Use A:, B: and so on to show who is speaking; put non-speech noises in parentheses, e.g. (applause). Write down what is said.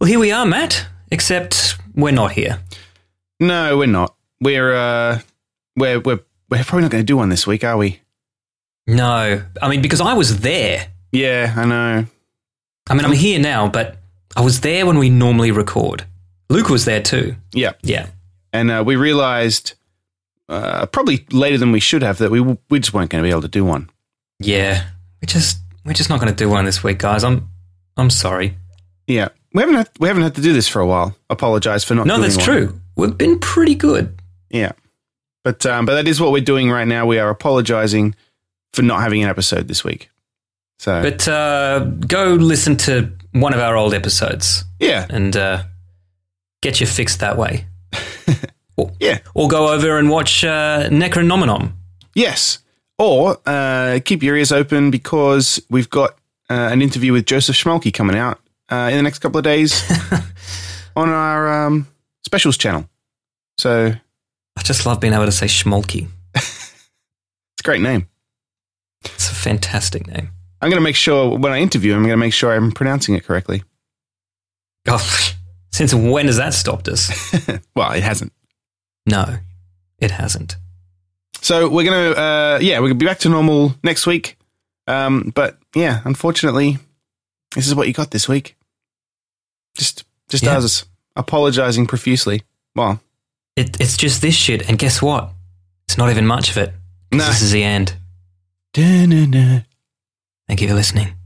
A: Well, here we are, Matt. Except we're not here.
B: No, we're not. We're uh, we're we're we're probably not going to do one this week, are we?
A: No, I mean because I was there.
B: Yeah, I know.
A: I mean I'm here now, but I was there when we normally record. Luke was there too.
B: Yeah,
A: Yeah,
B: and uh, we realized uh, probably later than we should have that we w- we just weren't going to be able to do one.
A: yeah. We're just we're just not going to do one this week, guys. I'm I'm sorry.
B: Yeah, we haven't had, we haven't had to do this for a while. Apologize for not.
A: No,
B: doing
A: that's
B: one.
A: true. We've been pretty good.
B: Yeah, but um, but that is what we're doing right now. We are apologizing for not having an episode this week. So
A: But uh, go listen to one of our old episodes
B: yeah,
A: and uh, get your fix that way.
B: yeah,
A: Or go over and watch uh, Necronomicon.
B: yes. Or uh, keep your ears open because we've got uh, an interview with Joseph Schmalke coming out uh, in the next couple of days on our um, specials channel. So it's
A: I just love being able to say Schmolky.
B: a great name.
A: It's a fantastic name.
B: I'm going to make sure when I interview him, I'm going to make sure I'm pronouncing it correctly.
A: Oh, (laughs) since when has that stopped us?
B: Well, it hasn't.
A: No, it hasn't.
B: So we're gonna, uh, yeah, we're gonna be back to normal next week. Um, but yeah, unfortunately, this is what you got this week. Just, just
A: Yeah.
B: us apologizing profusely. Well,
A: It, it's just this shit, and guess what? It's (laughs) not even much of it. 'Cause
B: No.
A: This is the end.
B: da-na-na.
A: Thank you for listening.